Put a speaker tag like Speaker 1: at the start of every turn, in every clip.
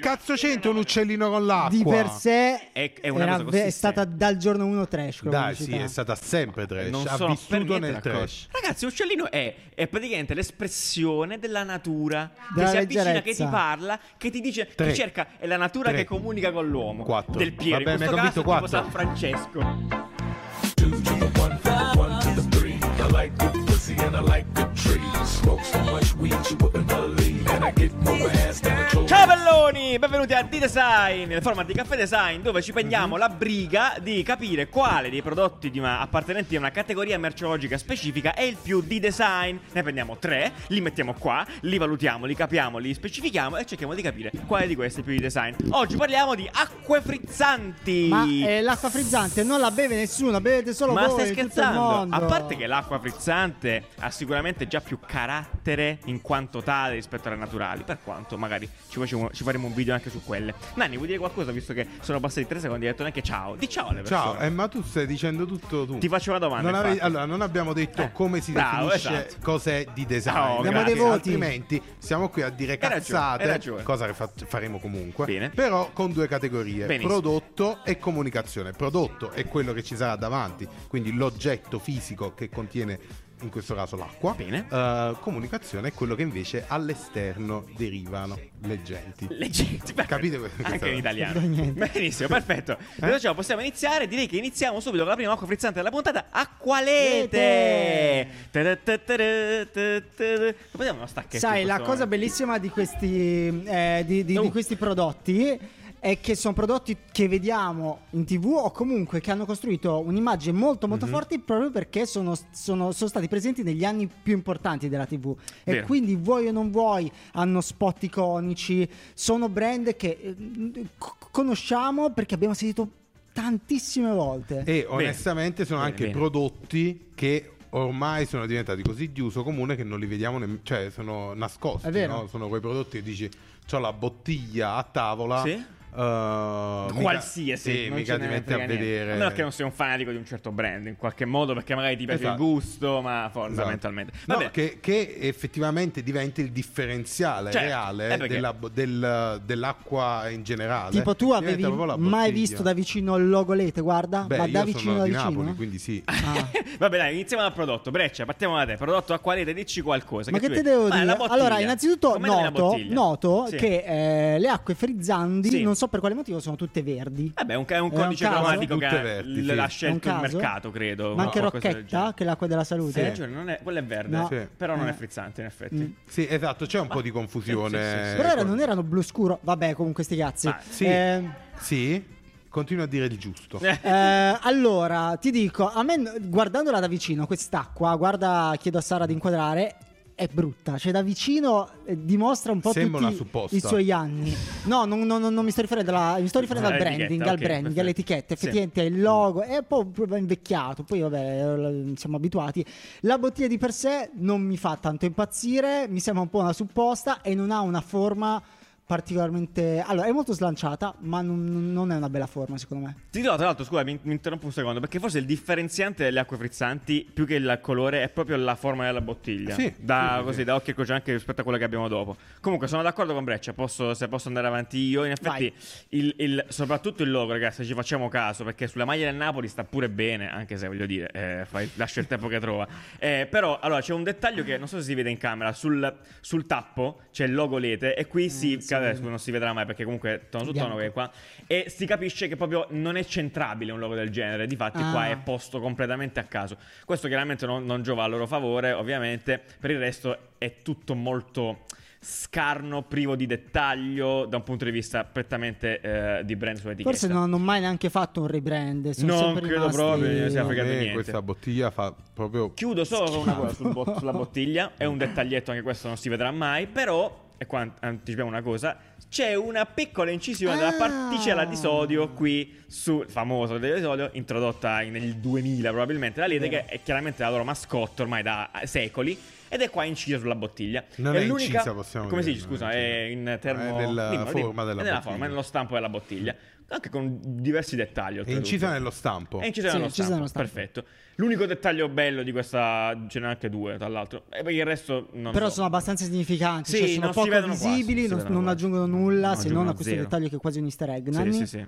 Speaker 1: cazzo c'entra un uccellino con l'acqua?
Speaker 2: Di per sé
Speaker 3: È- è una
Speaker 2: era-
Speaker 3: cosa così,
Speaker 2: è
Speaker 3: sì.
Speaker 2: stata dal giorno 1 trash. come
Speaker 1: Dai, sì,
Speaker 2: pubblicità.
Speaker 1: è stata sempre trash.
Speaker 3: Non
Speaker 1: ha
Speaker 3: sono per
Speaker 1: vissuto
Speaker 3: niente
Speaker 1: nel
Speaker 3: d'accordo.
Speaker 1: trash.
Speaker 3: Ragazzi, uccellino è, è praticamente l'espressione della natura
Speaker 2: Della
Speaker 3: che si avvicina, che
Speaker 2: leggerezza.
Speaker 3: ti parla, che ti dice,
Speaker 1: Tre.
Speaker 3: che cerca. È la natura
Speaker 1: Tre.
Speaker 3: che comunica con l'uomo.
Speaker 1: Quattro.
Speaker 3: Del Piero.
Speaker 1: Vabbè,
Speaker 3: In
Speaker 1: mi hai
Speaker 3: questo caso,
Speaker 1: convinto
Speaker 3: tipo San Francesco. Ciao belloni, benvenuti a D-Design, il format di Caffè Design dove ci
Speaker 2: Mhm.
Speaker 3: prendiamo la briga di capire quale dei prodotti di una- appartenenti a una categoria merceologica specifica è il più di design. Ne prendiamo tre, li mettiamo qua, li valutiamo, li capiamo, li specifichiamo e cerchiamo di capire quale di questi è più di design. Oggi parliamo di acque frizzanti.
Speaker 2: Ma eh, l'acqua frizzante non la beve nessuno, la bevete solo
Speaker 3: Ma
Speaker 2: voi.
Speaker 3: stai
Speaker 2: tutto il
Speaker 3: scherzando?
Speaker 2: mondo.
Speaker 3: A parte che l'acqua frizzante ha sicuramente già più carattere in quanto tale rispetto alle naturali, per quanto magari ci, facciamo- ci faremo un video anche su quelle. Nanni, vuoi dire qualcosa visto che sono passati tre secondi e hai detto neanche ciao? Di ciao alle persone.
Speaker 1: Ciao, eh, ma tu stai dicendo tutto tu.
Speaker 3: Ti faccio una domanda,
Speaker 1: Non avevi-
Speaker 3: infatti.
Speaker 1: allora, non abbiamo detto
Speaker 3: Eh,
Speaker 1: come si
Speaker 3: bravo,
Speaker 1: definisce
Speaker 3: esatto.
Speaker 1: cos'è di design.
Speaker 3: Oh,
Speaker 1: perché
Speaker 2: grazie. Abbiamo dei voti.
Speaker 1: Altrimenti siamo qui a dire
Speaker 3: ragione,
Speaker 1: cazzate,
Speaker 3: hai ragione.
Speaker 1: cosa che fa- faremo comunque.
Speaker 3: Bene.
Speaker 1: Però con due categorie:
Speaker 3: Benissimo.
Speaker 1: prodotto e comunicazione. Prodotto è quello che ci sarà davanti, quindi l'oggetto fisico che contiene in questo caso l'acqua.
Speaker 3: Bene.
Speaker 1: Eh, comunicazione è quello che invece all'esterno derivano le genti.
Speaker 3: Leggenti, perfetto.
Speaker 1: Capite questo?
Speaker 3: Anche in italiano.
Speaker 2: Non do niente. Eh?
Speaker 3: Benissimo, perfetto. Detto ciò, possiamo iniziare. Direi che iniziamo subito con la prima acqua frizzante della puntata, Acqualete. Vediamo uno stacchetto.
Speaker 2: Sai,
Speaker 3: in
Speaker 2: la
Speaker 3: questo
Speaker 2: cosa
Speaker 3: momento.
Speaker 2: bellissima di questi, eh, di, di- di
Speaker 1: Oh.
Speaker 3: Uh.
Speaker 2: questi prodotti è che sono prodotti che vediamo in tv o comunque che hanno costruito un'immagine molto molto
Speaker 1: Mhm.
Speaker 2: forte proprio perché sono, sono- sono stati presenti negli anni più importanti della tv e
Speaker 3: Vero.
Speaker 2: quindi vuoi o non vuoi hanno spot iconici sono brand che eh, co- conosciamo perché abbiamo sentito tantissime volte
Speaker 1: E onestamente sono
Speaker 3: Bene,
Speaker 1: anche
Speaker 3: bene.
Speaker 1: prodotti che ormai sono diventati così di uso comune che non li vediamo nemmeno, cioè sono nascosti,
Speaker 2: È vero.
Speaker 1: no? sono quei prodotti che dici c'ho la bottiglia a tavola.
Speaker 3: Sì.
Speaker 1: eh, Oh, mica-
Speaker 3: qualsiasi
Speaker 1: sì,
Speaker 3: non
Speaker 1: mica
Speaker 3: ce
Speaker 1: ti
Speaker 3: ne
Speaker 1: metti
Speaker 3: frega
Speaker 1: a
Speaker 3: niente.
Speaker 1: vedere
Speaker 3: a meno che non sei un fanatico di un certo brand in qualche modo perché magari ti piace
Speaker 1: Esatto.
Speaker 3: il gusto ma
Speaker 1: Esatto.
Speaker 3: fondamentalmente
Speaker 1: No,
Speaker 3: Vabbè.
Speaker 1: che, che effettivamente diventa il differenziale
Speaker 3: Certo,
Speaker 1: reale
Speaker 3: eh, perché-
Speaker 1: della bo- del- dell'acqua in generale.
Speaker 2: Tipo tu
Speaker 1: Diventa
Speaker 2: avevi
Speaker 1: proprio la
Speaker 2: mai
Speaker 1: bottiglia.
Speaker 2: visto da vicino il logolete, guarda,
Speaker 1: Beh,
Speaker 2: ma
Speaker 1: io
Speaker 2: da
Speaker 1: sono
Speaker 2: vicino da
Speaker 1: di
Speaker 2: vicino.
Speaker 1: Napoli, quindi sì.
Speaker 2: Ah.
Speaker 3: Vabbè, dai, iniziamo dal prodotto. Breccia, partiamo da te. Prodotto acquarete, dici qualcosa.
Speaker 2: Ma che,
Speaker 3: tu
Speaker 2: te
Speaker 3: vedi?
Speaker 2: devo
Speaker 3: Ma è
Speaker 2: dire?
Speaker 3: la bottiglia.
Speaker 2: Allora, innanzitutto
Speaker 3: Com'è la mia
Speaker 2: noto,
Speaker 3: bottiglia?
Speaker 2: noto
Speaker 3: Sì.
Speaker 2: che eh, le acque frizzanti,
Speaker 3: Sì.
Speaker 2: non so per quale motivo, sono tutte verdi.
Speaker 3: Vabbè, è un, è un
Speaker 2: È
Speaker 3: codice
Speaker 2: un caso?
Speaker 3: cromatico che
Speaker 1: Tutte
Speaker 3: ha-
Speaker 1: verdi,
Speaker 3: l-
Speaker 1: sì.
Speaker 3: l'ha
Speaker 2: È un
Speaker 3: scelto il
Speaker 2: caso?
Speaker 3: mercato, credo.
Speaker 2: Ma anche
Speaker 3: o qualcosa del
Speaker 2: Rocchetta,
Speaker 3: genere.
Speaker 2: che è l'acqua della salute.
Speaker 3: Sì, hai ragione, non è- quello è verde.
Speaker 2: No.
Speaker 1: Sì.
Speaker 3: Però non è
Speaker 2: Eh.
Speaker 3: frizzante, in effetti.
Speaker 2: Mm.
Speaker 1: Sì, esatto, c'è un po' di
Speaker 3: sì, sì,
Speaker 1: confusione.
Speaker 3: sì.
Speaker 2: Però era-
Speaker 1: Ecco.
Speaker 2: non erano blu scuro. Vabbè, comunque sti cazzi.
Speaker 3: Eh, Ma
Speaker 1: Sì,
Speaker 2: Eh,
Speaker 1: sì, continua a dire il giusto.
Speaker 3: Eh,
Speaker 2: eh, allora, ti dico, a me n- guardandola da vicino, quest'acqua, guarda, chiedo a Sara di inquadrare, è brutta. Cioè, da vicino eh, dimostra un po'
Speaker 1: Sembra
Speaker 2: tutti
Speaker 1: una supposta.
Speaker 2: i suoi anni. No, non, non- non- non mi sto riferendo, alla, mi sto riferendo al
Speaker 3: All'etichetta,
Speaker 2: branding, al
Speaker 3: ok,
Speaker 2: branding,
Speaker 3: perfetto.
Speaker 2: all'etichetta.
Speaker 3: Sì.
Speaker 2: Effettivamente il logo è un po' proprio invecchiato, poi vabbè, eh, siamo abituati. La bottiglia di per sé non mi fa tanto impazzire, mi sembra un po' una supposta e non ha una forma particolarmente... Allora, è molto slanciata, ma non- non è una bella forma, secondo me.
Speaker 3: Ti dirò, tra l'altro, scusa, mi, mi interrompo un secondo, perché forse il differenziante delle acque frizzanti, più che il colore, è proprio la forma della bottiglia.
Speaker 1: Sì,
Speaker 3: Da,
Speaker 1: sì, sì,
Speaker 3: così,
Speaker 1: sì.
Speaker 3: da occhio e croce anche rispetto a quella che abbiamo dopo. Comunque, sono d'accordo con Breccia, posso- se posso andare avanti io. In effetti,
Speaker 2: Vai.
Speaker 3: il- il- soprattutto il logo, ragazzi, se ci facciamo caso, perché sulla maglia del Napoli sta pure bene, anche se, voglio dire, eh, fai- lascia il tempo che trova. Eh, però, allora, c'è un dettaglio che non so se si vede in camera, sul, sul tappo c'è il logo Lete e qui
Speaker 1: Mm,
Speaker 3: si...
Speaker 2: sì.
Speaker 3: vabbè, scusa, non si vedrà mai perché comunque tono su tono
Speaker 2: Bianco.
Speaker 3: che qua e si capisce che proprio non è centrabile un logo del genere. Difatti,
Speaker 2: Ah.
Speaker 3: qua è posto completamente a caso. Questo chiaramente non, non giova a loro favore, ovviamente. Per il resto è tutto molto scarno, privo di dettaglio da un punto di vista prettamente eh, di brand sull'etichetta.
Speaker 2: Forse non hanno mai neanche fatto un rebrand. Sono
Speaker 3: Non
Speaker 2: sempre
Speaker 3: credo
Speaker 2: rimasti-
Speaker 3: proprio, sia
Speaker 1: A
Speaker 3: fregato
Speaker 1: me
Speaker 3: niente.
Speaker 1: Eh, Questa bottiglia fa proprio.
Speaker 3: Chiudo solo con una cosa
Speaker 2: Schifo.
Speaker 3: sul bot- sulla bottiglia. È un dettaglietto, anche questo non si vedrà mai. Però, e qua an- anticipiamo una cosa: c'è una piccola incisione della
Speaker 2: Ah.
Speaker 3: particella di sodio qui sul famoso del sodio, introdotta in- nel 2000 probabilmente da Lete, che è chiaramente la loro mascotte ormai da eh, secoli. ed è qua incisa sulla bottiglia.
Speaker 1: Non è
Speaker 3: l'unica-
Speaker 1: incisa, possiamo
Speaker 3: Come si
Speaker 1: dire,
Speaker 3: dice,
Speaker 1: non è
Speaker 3: scusa, è in termo...
Speaker 1: È nella
Speaker 3: dimmelo,
Speaker 1: forma della
Speaker 3: dimmelo. È nella
Speaker 1: bottiglia.
Speaker 3: forma, è nello stampo della bottiglia, anche con diversi dettagli.
Speaker 1: È
Speaker 3: oltretutto.
Speaker 1: incisa nello stampo.
Speaker 3: È incisa
Speaker 2: Sì,
Speaker 3: nello
Speaker 2: incisa
Speaker 3: stampo,
Speaker 2: nello stampo.
Speaker 3: perfetto. L'unico dettaglio bello di questa, ce n'è anche due, tra l'altro. E poi il resto non
Speaker 2: Però
Speaker 3: so.
Speaker 2: sono abbastanza significanti,
Speaker 3: Sì,
Speaker 2: cioè sono
Speaker 3: non si
Speaker 2: poco
Speaker 3: vedono quasi,
Speaker 2: visibili,
Speaker 3: non si
Speaker 2: non,
Speaker 3: vedono
Speaker 2: non
Speaker 3: quasi.
Speaker 2: aggiungono nulla se
Speaker 3: Non
Speaker 2: non a
Speaker 3: aggiungono
Speaker 2: questo
Speaker 3: zero.
Speaker 2: dettaglio che è quasi un easter egg.
Speaker 3: Sì,
Speaker 2: Nanni?
Speaker 3: sì, sì.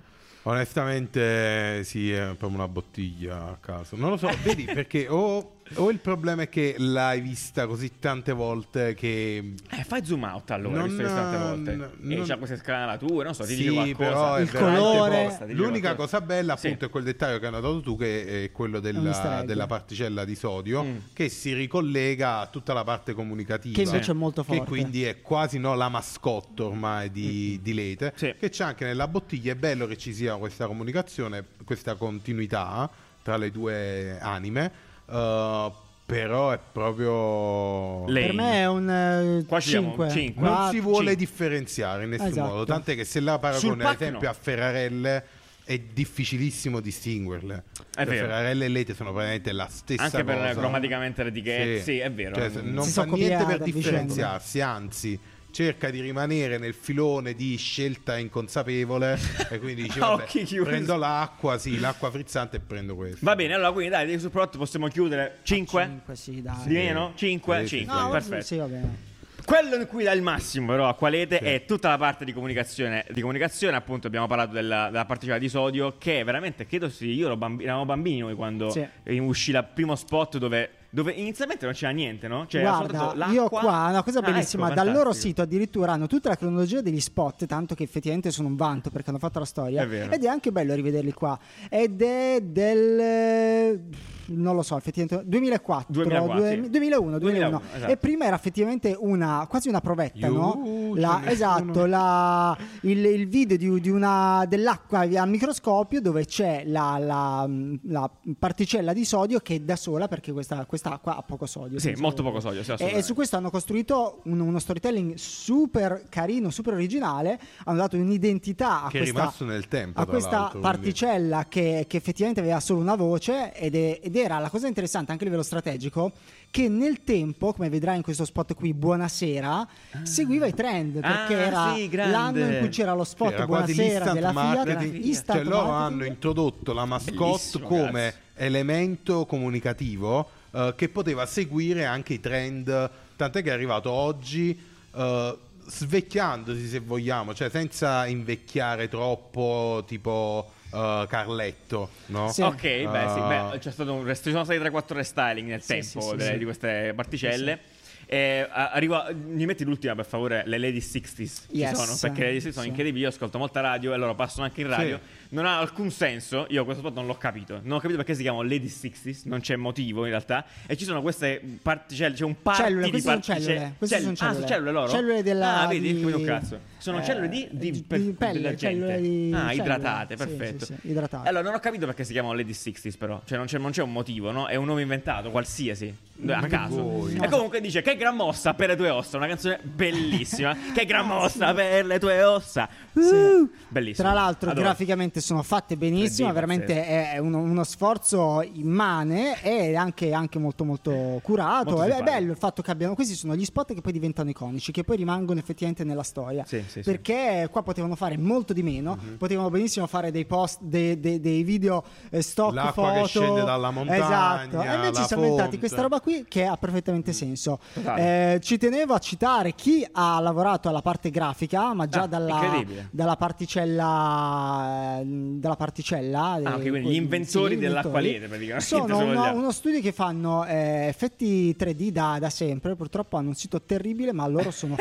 Speaker 1: Onestamente, sì, è proprio una bottiglia a caso. Non lo
Speaker 3: Eh.
Speaker 1: so, vedi perché o, o il problema è che l'hai vista così tante volte che.
Speaker 3: Eh, fai zoom out allora,
Speaker 1: Non-
Speaker 3: visto che tante volte. e
Speaker 1: non-
Speaker 3: c'ha queste scanalature, non so, Cioè, ti
Speaker 1: Sì,
Speaker 3: dice qualcosa.
Speaker 1: però è
Speaker 2: Il
Speaker 1: veramente
Speaker 2: colore.
Speaker 1: poco.
Speaker 3: Ti dice
Speaker 1: L'unica
Speaker 3: qualcosa.
Speaker 1: cosa bella,
Speaker 3: Sì.
Speaker 1: appunto, è quel dettaglio che hai notato tu, che è quello
Speaker 2: un easter
Speaker 1: della,
Speaker 2: egg.
Speaker 1: della particella di sodio,
Speaker 3: Mm.
Speaker 1: che si ricollega a tutta la parte comunicativa.
Speaker 2: Che invece è molto
Speaker 1: Che
Speaker 2: forte. Mm-hmm.
Speaker 1: quindi è quasi no, la mascotte ormai di, di Lete,
Speaker 3: Sì.
Speaker 1: che c'è anche nella bottiglia. È bello che ci sia questa comunicazione, questa continuità tra le due anime, eh, però è proprio.
Speaker 3: Lane.
Speaker 2: Per me è un eh,
Speaker 3: Qua ci diamo un
Speaker 2: 5.
Speaker 3: cinque.
Speaker 1: Non
Speaker 3: Quattro,
Speaker 1: si vuole
Speaker 3: cinque.
Speaker 1: differenziare in nessun
Speaker 2: Esatto.
Speaker 1: modo, tant'è che se la
Speaker 3: Sul
Speaker 1: paragoni ad
Speaker 3: pack
Speaker 1: esempio
Speaker 3: no.
Speaker 1: a Ferrarelle è difficilissimo distinguerle. Cioè,
Speaker 3: vero.
Speaker 1: Ferrarelle e Lete sono praticamente la stessa
Speaker 3: Anche per
Speaker 1: cosa.
Speaker 3: cromaticamente le etichette, sì, è vero.
Speaker 1: Cioè, se-
Speaker 3: Mm.
Speaker 1: non
Speaker 2: Si diciamo.
Speaker 1: fa
Speaker 2: sono
Speaker 1: niente per
Speaker 2: copiate a vicenda.
Speaker 1: differenziarsi, anzi cerca di rimanere nel filone di scelta inconsapevole e quindi dice
Speaker 3: A
Speaker 1: vabbè,
Speaker 3: occhi chiusi."
Speaker 1: prendo l'acqua, sì, l'acqua frizzante e prendo questo.
Speaker 3: Va bene, allora quindi dai, sul prodotto possiamo chiudere 5?
Speaker 2: 5, Ah, sì, dai.
Speaker 3: Di meno? 5?
Speaker 1: Sì, sì,
Speaker 3: 5,
Speaker 1: sì.
Speaker 2: No,
Speaker 3: perfetto.
Speaker 2: sì, va bene.
Speaker 3: Quello in cui dà il massimo però a Qualete
Speaker 1: Sì.
Speaker 3: è tutta la parte di comunicazione, di comunicazione appunto abbiamo parlato della, della particella di sodio che è veramente, credo sì, io ero bambi- eravamo bambini noi quando
Speaker 2: Sì.
Speaker 3: eh, uscì il primo spot dove, dove inizialmente non c'era niente, no? Cioè, era soltanto
Speaker 2: Guarda,
Speaker 3: l'acqua.
Speaker 2: io qua una cosa
Speaker 3: Ah,
Speaker 2: bellissima,
Speaker 3: ecco,
Speaker 2: dal loro
Speaker 3: fantastico.
Speaker 2: sito addirittura hanno tutta la cronologia degli spot, tanto che effettivamente sono un vanto perché hanno fatto la storia.
Speaker 3: È vero.
Speaker 2: Ed è anche bello rivederli qua. Ed è del eh, non lo so, effettivamente 2004,
Speaker 3: 2004,
Speaker 2: due-
Speaker 3: sì.
Speaker 2: 2001, 2001.
Speaker 3: 2001, esatto.
Speaker 2: E prima era effettivamente una quasi una provetta,
Speaker 1: Iuh,
Speaker 2: no?
Speaker 1: c'è
Speaker 2: La-
Speaker 1: nessuno.
Speaker 2: esatto, la- il, il video di, di una, dell'acqua a microscopio dove c'è la, la- la particella di sodio che è da sola perché questa, quest'acqua ha poco sodio.
Speaker 3: Sì,
Speaker 2: senza-
Speaker 3: molto poco sodio, sì,
Speaker 2: e, e
Speaker 3: assolutamente.
Speaker 2: su questo hanno costruito un- uno storytelling super carino, super originale. Hanno dato un'identità a
Speaker 1: Che è
Speaker 2: questa,
Speaker 1: rimasto nel tempo,
Speaker 2: a
Speaker 1: tra
Speaker 2: questa
Speaker 1: l'altro, quindi.
Speaker 2: particella che, che effettivamente aveva solo una voce. Ed, è- ed era la cosa interessante anche a livello strategico. Che nel tempo, come vedrai in questo spot qui, Buonasera,
Speaker 1: Ah.
Speaker 2: seguiva i trend. Perché
Speaker 3: Ah,
Speaker 2: era
Speaker 3: sì, grande.
Speaker 2: l'anno in cui c'era lo spot
Speaker 1: Era quasi
Speaker 2: Buonasera
Speaker 1: l'instant
Speaker 2: della Fiat.
Speaker 1: marketing.
Speaker 2: instant
Speaker 1: cioè loro
Speaker 2: marketing.
Speaker 1: hanno introdotto la mascotte
Speaker 3: Bellissimo,
Speaker 1: come
Speaker 3: ragazzi.
Speaker 1: elemento comunicativo eh, che poteva seguire anche i trend tant'è che è arrivato oggi eh, svecchiandosi se vogliamo cioè senza invecchiare troppo tipo eh, Carletto no?
Speaker 2: Sì.
Speaker 3: Ok, beh, sì,
Speaker 1: Ah.
Speaker 3: beh, c'è stato un rest- ci sono stati 3-4 restyling nel
Speaker 2: Sì,
Speaker 3: tempo
Speaker 2: sì, sì,
Speaker 3: delle-
Speaker 2: sì.
Speaker 3: di queste particelle. Eh, a- arriva- mi metti l'ultima per favore, le Lady 60s
Speaker 2: Yes.
Speaker 3: ci sono, perché le Lady 60 sono
Speaker 2: Sì.
Speaker 3: incredibili, io ascolto molta radio e loro passano anche in radio. Non ha alcun senso, io questo spot non l'ho capito, non ho capito perché si chiamano Lady 60s, non c'è motivo in realtà. E ci sono queste particelle, c'è un party
Speaker 2: Cellule,
Speaker 3: di
Speaker 2: queste sono
Speaker 3: particelle-
Speaker 2: cellule, queste
Speaker 3: cell-
Speaker 2: sono
Speaker 3: Ah, sono
Speaker 2: cellule.
Speaker 3: cellule loro?
Speaker 2: Cellule della-
Speaker 3: Ah, vedi,
Speaker 2: di-
Speaker 3: come un cazzo. Sono
Speaker 2: eh,
Speaker 3: cellule di, di,
Speaker 2: di
Speaker 3: per-
Speaker 2: pelle,
Speaker 3: della gente.
Speaker 2: cellule di-
Speaker 3: ah,
Speaker 2: cellule.
Speaker 3: idratate,
Speaker 2: Sì,
Speaker 3: perfetto.
Speaker 2: sì, sì, idratate.
Speaker 3: Allora, non ho capito perché si chiamano Lady 60s, però. Cioè, non c'è, non c'è un motivo, no? È un nome inventato, qualsiasi. A
Speaker 1: che
Speaker 3: caso.
Speaker 1: vuoi?
Speaker 3: E comunque dice: Che gran mossa per le tue ossa. Una canzone bellissima. che gran mossa per le tue ossa. Uh, bellissima.
Speaker 2: Tra l'altro,
Speaker 3: Adoro.
Speaker 2: graficamente sono fatte benissimo.
Speaker 3: 3D,
Speaker 2: veramente è uno, uno sforzo immane e anche, anche molto, molto curato.
Speaker 3: Molto
Speaker 2: è, è
Speaker 3: simpatico.
Speaker 2: bello il fatto che abbiano. Questi sono gli spot che poi diventano iconici, che poi rimangono effettivamente nella storia.
Speaker 3: Sì, sì, sì.
Speaker 2: perché qua potevano fare molto di meno.
Speaker 1: Mhm.
Speaker 2: Potevano benissimo fare dei post, de- de- dei video eh, stock
Speaker 1: L'acqua che
Speaker 2: foto.
Speaker 1: scende dalla montagna,
Speaker 2: Esatto. E
Speaker 1: la
Speaker 2: invece ci siamo inventati
Speaker 1: fonte. Mm.
Speaker 2: questa roba qui che ha perfettamente senso.
Speaker 3: Totale.
Speaker 2: Eh, ci tenevo a citare chi ha lavorato alla parte grafica, ma già
Speaker 3: Ah,
Speaker 2: dalla,
Speaker 3: incredibile.
Speaker 2: dalla particella eh, dalla particella
Speaker 3: Ah, ok,
Speaker 2: eh,
Speaker 3: quindi gli
Speaker 2: sì,
Speaker 3: inventori
Speaker 2: gli
Speaker 3: dell'acqualete, praticamente,
Speaker 2: sono
Speaker 3: se
Speaker 2: uno,
Speaker 3: vogliamo.
Speaker 2: uno studio che fanno eh, effetti 3D da, da sempre purtroppo hanno un sito terribile ma loro sono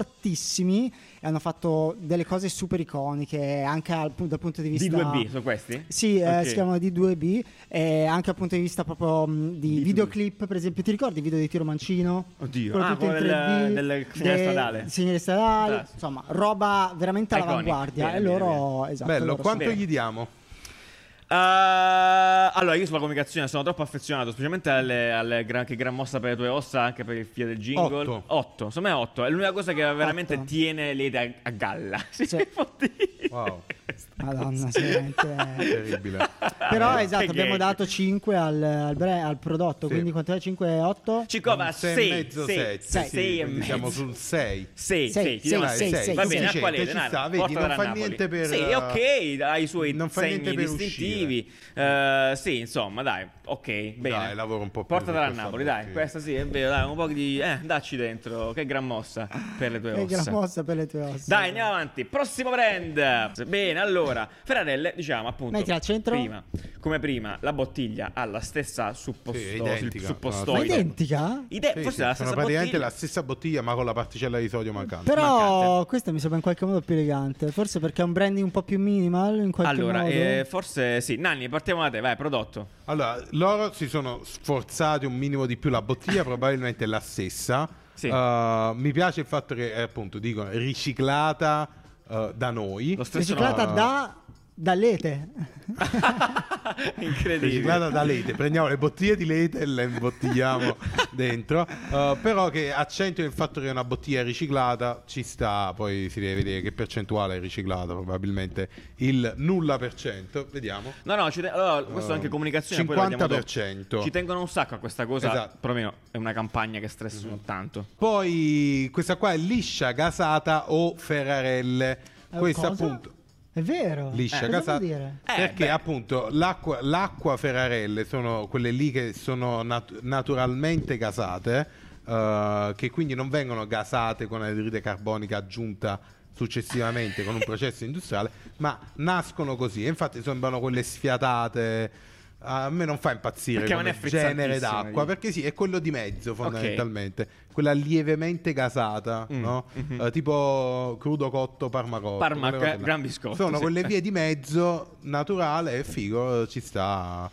Speaker 2: fortissimi e hanno fatto delle cose super iconiche anche al pu- dal punto di vista
Speaker 3: D2B, sono questi?
Speaker 2: sì, eh,
Speaker 3: Ok.
Speaker 2: si chiamano D2B, eh, anche dal punto di vista proprio mh, di
Speaker 3: D2B.
Speaker 2: videoclip, per esempio, ti ricordi il video di Tiro Mancino?
Speaker 3: Oddio.
Speaker 2: Quello
Speaker 3: Ah,
Speaker 2: tutto in
Speaker 3: quello del-
Speaker 2: 3D,
Speaker 3: del segnale
Speaker 2: de-
Speaker 3: stradale.
Speaker 2: segnale stradale,
Speaker 3: Ah, sì.
Speaker 2: insomma, roba veramente
Speaker 3: Iconic.
Speaker 2: all'avanguardia.
Speaker 3: Bene,
Speaker 2: e
Speaker 3: bene,
Speaker 2: loro, esatto,
Speaker 1: bello
Speaker 2: loro
Speaker 1: quanto
Speaker 3: sono-
Speaker 1: gli diamo?
Speaker 3: Eh, allora, io sulla comunicazione sono troppo affezionato, specialmente alle, alle gran, che gran mossa per le tue ossa, anche per il fia del jingle.
Speaker 1: Otto.
Speaker 3: 8. Insomma, è 8. È l'unica cosa che veramente
Speaker 2: Otto.
Speaker 3: tiene l'ete a, a galla. Si
Speaker 2: Sì.
Speaker 3: può dire.
Speaker 1: Wow.
Speaker 3: questa
Speaker 2: Madonna,
Speaker 3: cosa.
Speaker 2: sì, veramente.
Speaker 1: Terribile.
Speaker 2: Però
Speaker 3: Che
Speaker 2: esatto, abbiamo
Speaker 3: gag.
Speaker 2: dato 5 al, al bre- al prodotto,
Speaker 1: Sì.
Speaker 2: quindi quanto è 5 8?
Speaker 3: Cicova,
Speaker 1: Sei e
Speaker 3: 6,
Speaker 1: mezzo, sette,
Speaker 3: 6,
Speaker 1: sì,
Speaker 3: 6 e
Speaker 1: quindi siamo
Speaker 3: mezzo.
Speaker 1: sul 6.
Speaker 2: Sei,
Speaker 3: 6,
Speaker 2: sei,
Speaker 3: 6,
Speaker 2: sei, sei,
Speaker 3: Va
Speaker 2: sei.
Speaker 3: bene, acqua
Speaker 1: Ci
Speaker 3: lede,
Speaker 1: sta,
Speaker 3: Napoli,
Speaker 1: vedi,
Speaker 3: portala
Speaker 1: non
Speaker 3: a
Speaker 1: fa
Speaker 3: Napoli.
Speaker 1: niente per,
Speaker 3: Sì,
Speaker 1: eh,
Speaker 3: ok, ha i suoi
Speaker 1: non fa niente
Speaker 3: segni
Speaker 1: per
Speaker 3: distintivi. Eh, sì, insomma, dai, ok, bene.
Speaker 1: Dai, lavoro un po' più
Speaker 3: Portatela
Speaker 1: su
Speaker 3: a
Speaker 1: questa
Speaker 3: Napoli,
Speaker 1: bottiglia.
Speaker 3: dai. Questa sì, è vero, dai, un po' di eh, dacci dentro, che gran mossa per le tue
Speaker 2: È gran
Speaker 3: ossa.
Speaker 2: mossa per le tue ossa.
Speaker 3: Dai, andiamo avanti. Prossimo brand. Bene, allora, Ferrarelle, diciamo appunto.
Speaker 2: Metti al centro.
Speaker 3: Prima, come prima, la bottiglia ha la stessa
Speaker 1: Sì,
Speaker 3: supposto- il
Speaker 1: identica.
Speaker 2: Ma
Speaker 1: Poi-
Speaker 2: è
Speaker 3: suppostoide.
Speaker 2: identica?
Speaker 3: Ide-
Speaker 1: Sì,
Speaker 3: forse
Speaker 1: sì,
Speaker 3: è
Speaker 1: sono
Speaker 3: la stessa
Speaker 1: praticamente
Speaker 3: bottiglia.
Speaker 1: la stessa bottiglia ma con la particella di sodio mancante.
Speaker 2: Però
Speaker 3: mancante.
Speaker 2: questa mi sembra in qualche modo più elegante, forse perché è un branding un po' più minimal in qualche
Speaker 3: Allora,
Speaker 2: modo.
Speaker 3: eh, forse sì. Nanni, partiamo da te, vai, prodotto.
Speaker 1: Allora, loro si sono sforzati un minimo di più, la bottiglia probabilmente è la stessa.
Speaker 3: Sì.
Speaker 1: Eh, mi piace il fatto che, eh, appunto, dicono riciclata eh, da noi.
Speaker 3: Lo stesso
Speaker 2: Riciclata
Speaker 1: no.
Speaker 2: da dall'ete.
Speaker 3: Incredibile.
Speaker 1: Riciclata da Lete, prendiamo le bottiglie di Lete e le imbottigliamo dentro. Eh, però che accento il fatto che è una bottiglia riciclata ci sta, poi si deve vedere che percentuale è riciclata, probabilmente il nulla per cento. Vediamo.
Speaker 3: No, no, ci te- allora, questo è
Speaker 1: Oh,
Speaker 3: anche comunicazione. poi la vediamo dopo.
Speaker 1: 50%.
Speaker 3: Ci tengono un sacco a questa cosa.
Speaker 1: Esatto. Mhm.
Speaker 3: Perlomeno è una campagna che stressano tanto.
Speaker 1: Poi questa qua è liscia gasata o ferrarelle.
Speaker 2: Eh,
Speaker 1: Questa
Speaker 2: cosa?
Speaker 1: appunto
Speaker 2: È vero.
Speaker 1: liscia
Speaker 2: Cosa
Speaker 1: casata
Speaker 2: vuol dire?
Speaker 3: Eh,
Speaker 1: perché
Speaker 3: beh.
Speaker 1: appunto l'acqua, l'acqua ferrarelle sono quelle lì che sono nat- naturalmente gasate eh, che quindi non vengono gasate con anidride carbonica aggiunta successivamente con un processo industriale ma nascono così e infatti sembrano quelle sfiatate a me non fa impazzire
Speaker 3: Perché
Speaker 1: come
Speaker 3: non è
Speaker 1: genere
Speaker 3: frizzantissima,
Speaker 1: d'acqua
Speaker 3: dici.
Speaker 1: perché sì è quello di mezzo fondamentalmente quella lievemente gasata
Speaker 3: Mm,
Speaker 1: no?
Speaker 3: mhm.
Speaker 1: Eh, tipo crudo cotto parmacotto
Speaker 3: Parma-
Speaker 1: quelle cose là.
Speaker 3: gran biscotto,
Speaker 1: sono
Speaker 3: sì.
Speaker 1: quelle vie di mezzo naturale e figo eh, ci sta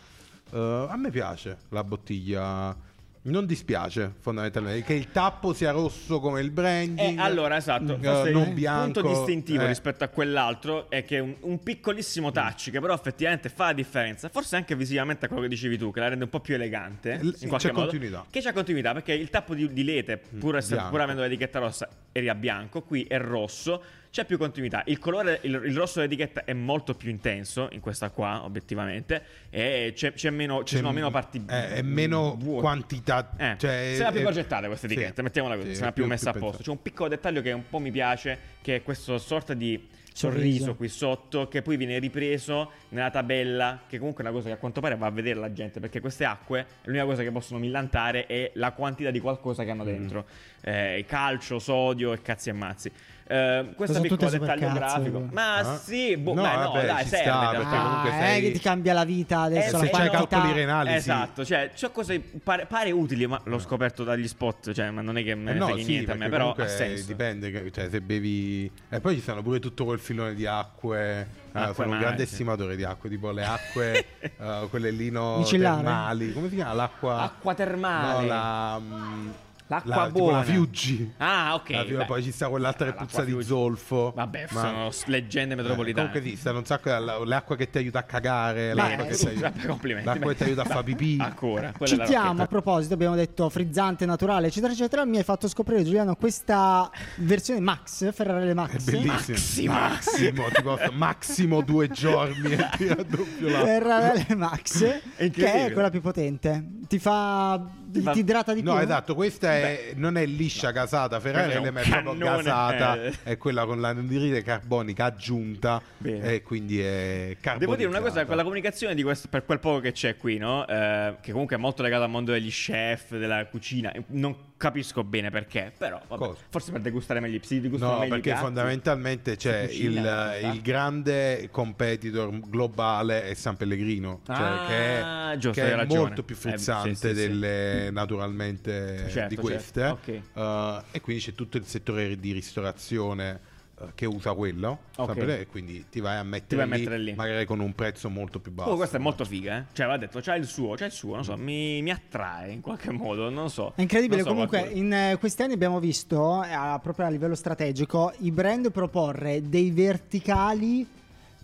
Speaker 1: Eh, a me piace la bottiglia non dispiace fondamentalmente che il tappo sia rosso come il branding
Speaker 3: Eh, allora, esatto,
Speaker 1: eh,
Speaker 3: forse
Speaker 1: non
Speaker 3: il
Speaker 1: bianco,
Speaker 3: punto distintivo
Speaker 1: eh. Mm.
Speaker 3: rispetto a quell'altro è che è un, un piccolissimo touch che però effettivamente fa la differenza, forse anche visivamente a quello che dicevi tu, che la rende un po' più elegante,
Speaker 1: L-
Speaker 3: in qualche
Speaker 1: c'è
Speaker 3: modo,
Speaker 1: continuità. Mm,
Speaker 3: che c'è continuità, perché il tappo di, di lete, pur, essendo-
Speaker 1: bianco.
Speaker 3: pur avendo l'etichetta rossa, era bianco, qui è rosso, c'è più continuità, il colore, il, il rosso dell'etichetta è molto più intenso in questa qua, obiettivamente, e c'è, c'è meno, ci
Speaker 1: C'è
Speaker 3: sono
Speaker 1: m-
Speaker 3: meno parti
Speaker 1: eh, è meno
Speaker 3: vuote.
Speaker 1: quantità
Speaker 3: Eh,
Speaker 1: cioè,
Speaker 3: sembra più
Speaker 1: è-
Speaker 3: progettata questa etichetta,
Speaker 1: sì,
Speaker 3: mettiamola
Speaker 1: sì,
Speaker 3: così,
Speaker 1: è
Speaker 3: sembra più, messa a posto.
Speaker 1: pensata.
Speaker 3: C'è un piccolo dettaglio che un po' mi piace, che è questo sorta di sorriso,
Speaker 2: Sorriso.
Speaker 3: qui sotto, che poi viene ripreso nella tabella, che comunque è una cosa che a quanto pare va a vedere la gente, perché queste acque, l'unica cosa che possono millantare è la quantità di qualcosa che hanno dentro. Eh, calcio, sodio e cazzi e mazzi. Eh, questo
Speaker 2: sono
Speaker 3: piccolo
Speaker 2: tutte
Speaker 3: dettaglio
Speaker 2: supercazze,
Speaker 3: grafico.
Speaker 2: quello.
Speaker 3: Ma
Speaker 1: Ah.
Speaker 3: sì, boh,
Speaker 1: No,
Speaker 3: beh, no,
Speaker 1: vabbè,
Speaker 3: dai,
Speaker 1: ci
Speaker 3: serve.
Speaker 1: sta,
Speaker 3: in
Speaker 1: perché
Speaker 3: realtà.
Speaker 1: comunque
Speaker 2: Ah,
Speaker 1: sei-
Speaker 2: eh, che ti cambia la vita
Speaker 3: Eh,
Speaker 2: adesso
Speaker 1: Eh, se
Speaker 2: la
Speaker 1: c'hai
Speaker 2: quantità.
Speaker 1: calcoli renali, sì.
Speaker 3: Esatto, cioè, c'ho cose pare, pare utili, ma l'ho scoperto dagli spot, cioè, ma non è che me
Speaker 1: Eh
Speaker 3: ne
Speaker 1: no,
Speaker 3: freghi
Speaker 1: sì,
Speaker 3: niente a me,
Speaker 1: perché
Speaker 3: però ha
Speaker 1: comunque
Speaker 3: senso.
Speaker 1: Dipende, che- cioè se bevi... E poi ci stanno pure tutto quel filone di acque. eh,
Speaker 3: Acque
Speaker 1: sono un
Speaker 3: amare,
Speaker 1: grande
Speaker 3: sì.
Speaker 1: estimatore di acque, tipo le acque, eh, quelle lì no,
Speaker 2: Micellare?
Speaker 1: termali. Come si chiama? L'acqua...
Speaker 3: Acqua termale.
Speaker 1: No, la... mm,
Speaker 3: L'acqua
Speaker 1: la- tipo
Speaker 3: buona.
Speaker 1: la Fiuggi.
Speaker 3: Ah, ok.
Speaker 1: La prima-
Speaker 3: beh.
Speaker 1: poi ci sta quell'altra che
Speaker 3: L'acqua
Speaker 1: puzza di
Speaker 3: Fiuggi.
Speaker 1: zolfo.
Speaker 3: Vabbè,
Speaker 1: Ma-
Speaker 3: sono s- leggende metropolitane.
Speaker 1: Eh, comunque sì, stanno un sacco di- l'acqua che ti aiuta a cagare,
Speaker 3: Beh,
Speaker 1: l'acqua, che,
Speaker 3: sì,
Speaker 1: ti aiuta,
Speaker 3: vabbè, complimenti.
Speaker 1: l'acqua che ti aiuta a fare pipì.
Speaker 3: Ancora. quella è la
Speaker 2: Citiamo a
Speaker 3: rocchetta.
Speaker 2: proposito, abbiamo detto frizzante, naturale, eccetera, eccetera. Mi hai fatto scoprire, Giuliano, questa versione Max, Ferrarelle
Speaker 1: È
Speaker 2: Max.
Speaker 1: bellissimo.
Speaker 3: Maximo.
Speaker 1: Maximo, ti costa- Massimo due giorni e ti raddoppio l'acqua.
Speaker 2: Ferrarelle Max,
Speaker 3: È
Speaker 2: che
Speaker 3: incredibile.
Speaker 2: è quella più potente. Ti fa. ti,
Speaker 3: fa-
Speaker 2: ti idrata di
Speaker 1: No,
Speaker 2: più.
Speaker 1: esatto, questa è- non è liscia casata Ferrarelle, ma è
Speaker 3: Questo è un
Speaker 1: proprio
Speaker 3: cannone,
Speaker 1: casata,
Speaker 3: eh.
Speaker 1: è quella con l'anidride carbonica aggiunta
Speaker 3: Bene.
Speaker 1: e quindi è carbonizzata.
Speaker 3: Devo dire una cosa, con la comunicazione di questo, per quel poco che c'è qui, no? Eh, che comunque è molto legata al mondo degli chef, della cucina. eh, Non capisco bene perché, però vabbè,
Speaker 1: Cosa?
Speaker 3: forse per degustare meglio, si degustano
Speaker 1: No,
Speaker 3: meglio i
Speaker 1: perché
Speaker 3: piatti.
Speaker 1: fondamentalmente c'è
Speaker 3: Si cucina, in
Speaker 1: il,
Speaker 3: realtà.
Speaker 1: il grande competitor globale è San Pellegrino, cioè
Speaker 3: Ah,
Speaker 1: che è,
Speaker 3: giusto,
Speaker 1: che
Speaker 3: hai
Speaker 1: è
Speaker 3: ragione.
Speaker 1: molto più
Speaker 3: Eh, sì,
Speaker 1: frizzante
Speaker 3: sì, sì.
Speaker 1: delle naturalmente
Speaker 3: Certo,
Speaker 1: di
Speaker 3: certo,
Speaker 1: queste.
Speaker 3: ok.
Speaker 1: Eh, e quindi c'è tutto il settore di ristorazione eh, che usa quello, San
Speaker 3: Ok.
Speaker 1: Pellegrino, e quindi ti vai a mettere,
Speaker 3: vai a mettere lì.
Speaker 1: magari con un prezzo molto più basso.
Speaker 3: Oh, questa è molto figa, eh. Cioè, va detto, c'ha il suo, c'ha il suo, non so, mi, mi attrae in qualche modo, non so.
Speaker 2: È incredibile,
Speaker 3: Non so,
Speaker 2: comunque
Speaker 3: qualcuno-
Speaker 2: in eh, questi anni abbiamo visto, eh, a- proprio a livello strategico, i brand proporre dei verticali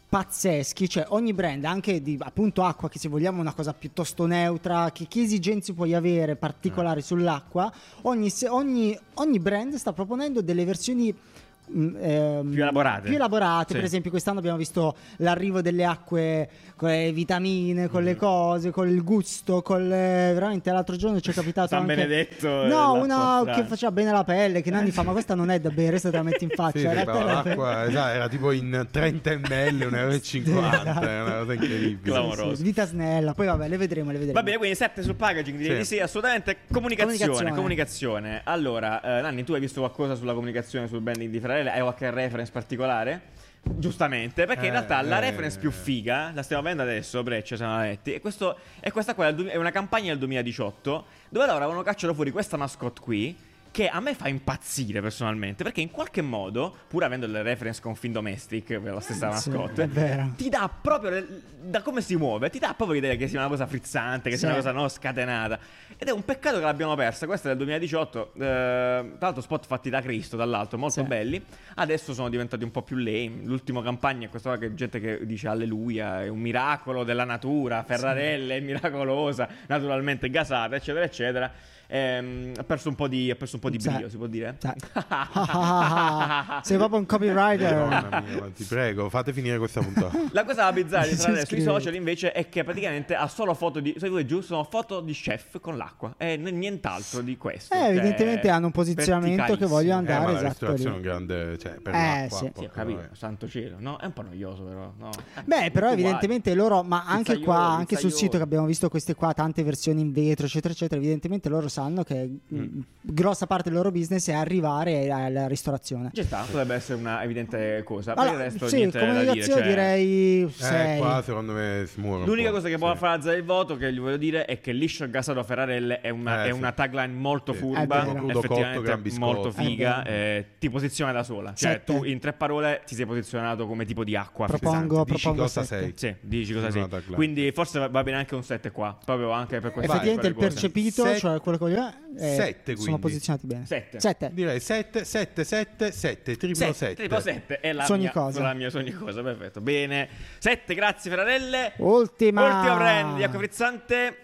Speaker 2: pazzeschi, cioè ogni brand, anche di appunto acqua, che se vogliamo è una cosa piuttosto neutra, che, che esigenze puoi avere
Speaker 3: Mm.
Speaker 2: particolari sull'acqua, ogni, se- ogni- ogni brand sta proponendo delle versioni mh, ehm,
Speaker 3: Più elaborate.
Speaker 2: più elaborate.
Speaker 3: Sì.
Speaker 2: Per esempio, quest'anno abbiamo visto l'arrivo delle acque con le vitamine, con
Speaker 3: Mm.
Speaker 2: le cose, con il gusto, con le- veramente l'altro giorno ci è capitato
Speaker 3: San
Speaker 2: anche-
Speaker 3: Benedetto
Speaker 2: No,
Speaker 3: e l'acqua
Speaker 2: una
Speaker 3: strana.
Speaker 2: che faceva bene la pelle, che Nanni fa "Ma questa non è da bere, se te la metti in faccia". eh.
Speaker 1: Sì,
Speaker 2: In realtà
Speaker 1: tipo,
Speaker 2: era per-
Speaker 1: l'acqua esatto, era tipo in 30 ml, 1,50 euro, è una cosa incredibile.
Speaker 3: Clamoroso.
Speaker 2: Sì, sì, vita snella, poi vabbè, le vedremo, le vedremo.
Speaker 3: Va bene, quindi 7 sul packaging direi
Speaker 1: Sì.
Speaker 3: di sì, assolutamente. Comunicazione, comunicazione.
Speaker 2: Comunicazione.
Speaker 3: Allora, eh, Nanni, tu hai visto qualcosa sulla comunicazione sul branding di Fratelli? Hai qualche reference particolare? Giustamente, perché in
Speaker 1: Eh,
Speaker 3: realtà la
Speaker 1: eh.
Speaker 3: reference più figa la stiamo avendo adesso, Breccia Sananetti, e, questo, e questa qua è il du- è una campagna del 2018 dove allora avevano cacciato fuori questa mascotte qui che a me fa impazzire personalmente perché in qualche modo, pur avendo le reference con Findomestic, la stessa
Speaker 2: Eh, sì,
Speaker 3: mascotte,
Speaker 2: è vero.
Speaker 3: ti dà proprio le- da come si muove, ti dà proprio l'idea che sia una cosa frizzante, che sia
Speaker 2: Sì.
Speaker 3: una cosa no scatenata. Ed è un peccato che l'abbiamo persa. Questa è del 2018. eh, tra l'altro, spot fatti da Cristo, dall'alto, molto
Speaker 2: Sì.
Speaker 3: belli. Adesso sono diventati un po' più lame. L'ultima campagna è questa qua che gente che dice alleluia, è un miracolo della natura. Ferrarelle è miracolosa, naturalmente gasata, eccetera, eccetera. Ehm, ha perso un po' di, ha perso un po' di
Speaker 2: Sì.
Speaker 3: brio, si può dire?
Speaker 2: Sì. Cioè, Sei proprio un copywriter.
Speaker 1: Madonna mia, ma ti prego, fate finire questa puntata.
Speaker 3: La cosa bizzarra di
Speaker 2: Si
Speaker 3: Sarà sui
Speaker 2: iscrive.
Speaker 3: social invece è che praticamente ha solo foto di. Se voi giù sono foto di chef con l'acqua e n- nient'altro di questo.
Speaker 2: Eh,
Speaker 3: Cioè,
Speaker 2: evidentemente hanno un posizionamento che vogliono
Speaker 1: Eh,
Speaker 2: andare.
Speaker 1: ma la
Speaker 2: esatto,
Speaker 1: ristorazione è
Speaker 2: lì.
Speaker 1: un grande, cioè, per
Speaker 2: Eh,
Speaker 1: l'acqua,
Speaker 2: sì.
Speaker 3: Sì, ho
Speaker 1: porca
Speaker 3: capito,
Speaker 1: noia.
Speaker 3: santo cielo, no? È un po' noioso, però. No. Eh,
Speaker 2: Beh, però
Speaker 3: uguali.
Speaker 2: evidentemente loro, ma anche
Speaker 3: Pizzaioli,
Speaker 2: qua, anche sul
Speaker 3: pizzaioli.
Speaker 2: sito che abbiamo visto queste qua, tante versioni in vetro, eccetera, eccetera, evidentemente loro sanno che
Speaker 3: Mm.
Speaker 2: mh, grossa parte del loro business è arrivare alla ristorazione.
Speaker 3: Ci sta, potrebbe essere una evidente cosa. Per il
Speaker 2: Allora,
Speaker 3: resto,
Speaker 2: sì,
Speaker 3: niente
Speaker 2: come
Speaker 3: da dire.
Speaker 2: negazione
Speaker 3: cioè,
Speaker 2: direi
Speaker 1: Eh,
Speaker 2: 6.
Speaker 1: qua secondo me si muore un
Speaker 3: L'unica
Speaker 1: po',
Speaker 3: cosa che
Speaker 1: sì.
Speaker 3: può far alzare il voto, che gli voglio dire, è che liscio e gasato a Ferrarelle è una,
Speaker 1: Eh,
Speaker 3: è
Speaker 1: sì.
Speaker 3: una tagline molto
Speaker 1: Sì.
Speaker 3: furba,
Speaker 2: È vero.
Speaker 1: Crudo cotto, gran
Speaker 3: effettivamente
Speaker 1: biscotto.
Speaker 3: molto figa,
Speaker 2: È
Speaker 3: eh, ti posiziona da sola. Cioè,
Speaker 2: Ah, Sette.
Speaker 3: tu in tre parole ti sei posizionato come tipo di acqua frizzante.
Speaker 2: propongo,
Speaker 1: Dici
Speaker 2: propongo
Speaker 1: cosa
Speaker 2: sette.
Speaker 1: sei.
Speaker 3: Sì, dici cosa
Speaker 1: Sì,
Speaker 3: sì.
Speaker 1: una tagline.
Speaker 3: Quindi forse va- va bene anche un 7 qua, proprio anche per questo.
Speaker 2: Effettivamente il
Speaker 1: Vai, quelle cose.
Speaker 2: percepito,
Speaker 1: Sette-
Speaker 2: cioè quello che voglio eh,
Speaker 1: sette,
Speaker 2: sono
Speaker 1: quindi.
Speaker 2: posizionati bene.
Speaker 3: Sette.
Speaker 2: 7.
Speaker 1: Direi 7, 7, 7, 7, triplo 7.
Speaker 3: 7 è la
Speaker 2: Su ogni
Speaker 3: mia,
Speaker 2: cosa.
Speaker 3: la mia su ogni cosa, perfetto. Bene. 7, grazie Ferrarelle.
Speaker 2: Oh, Ultima.
Speaker 3: Ultimo brand di acqua frizzante,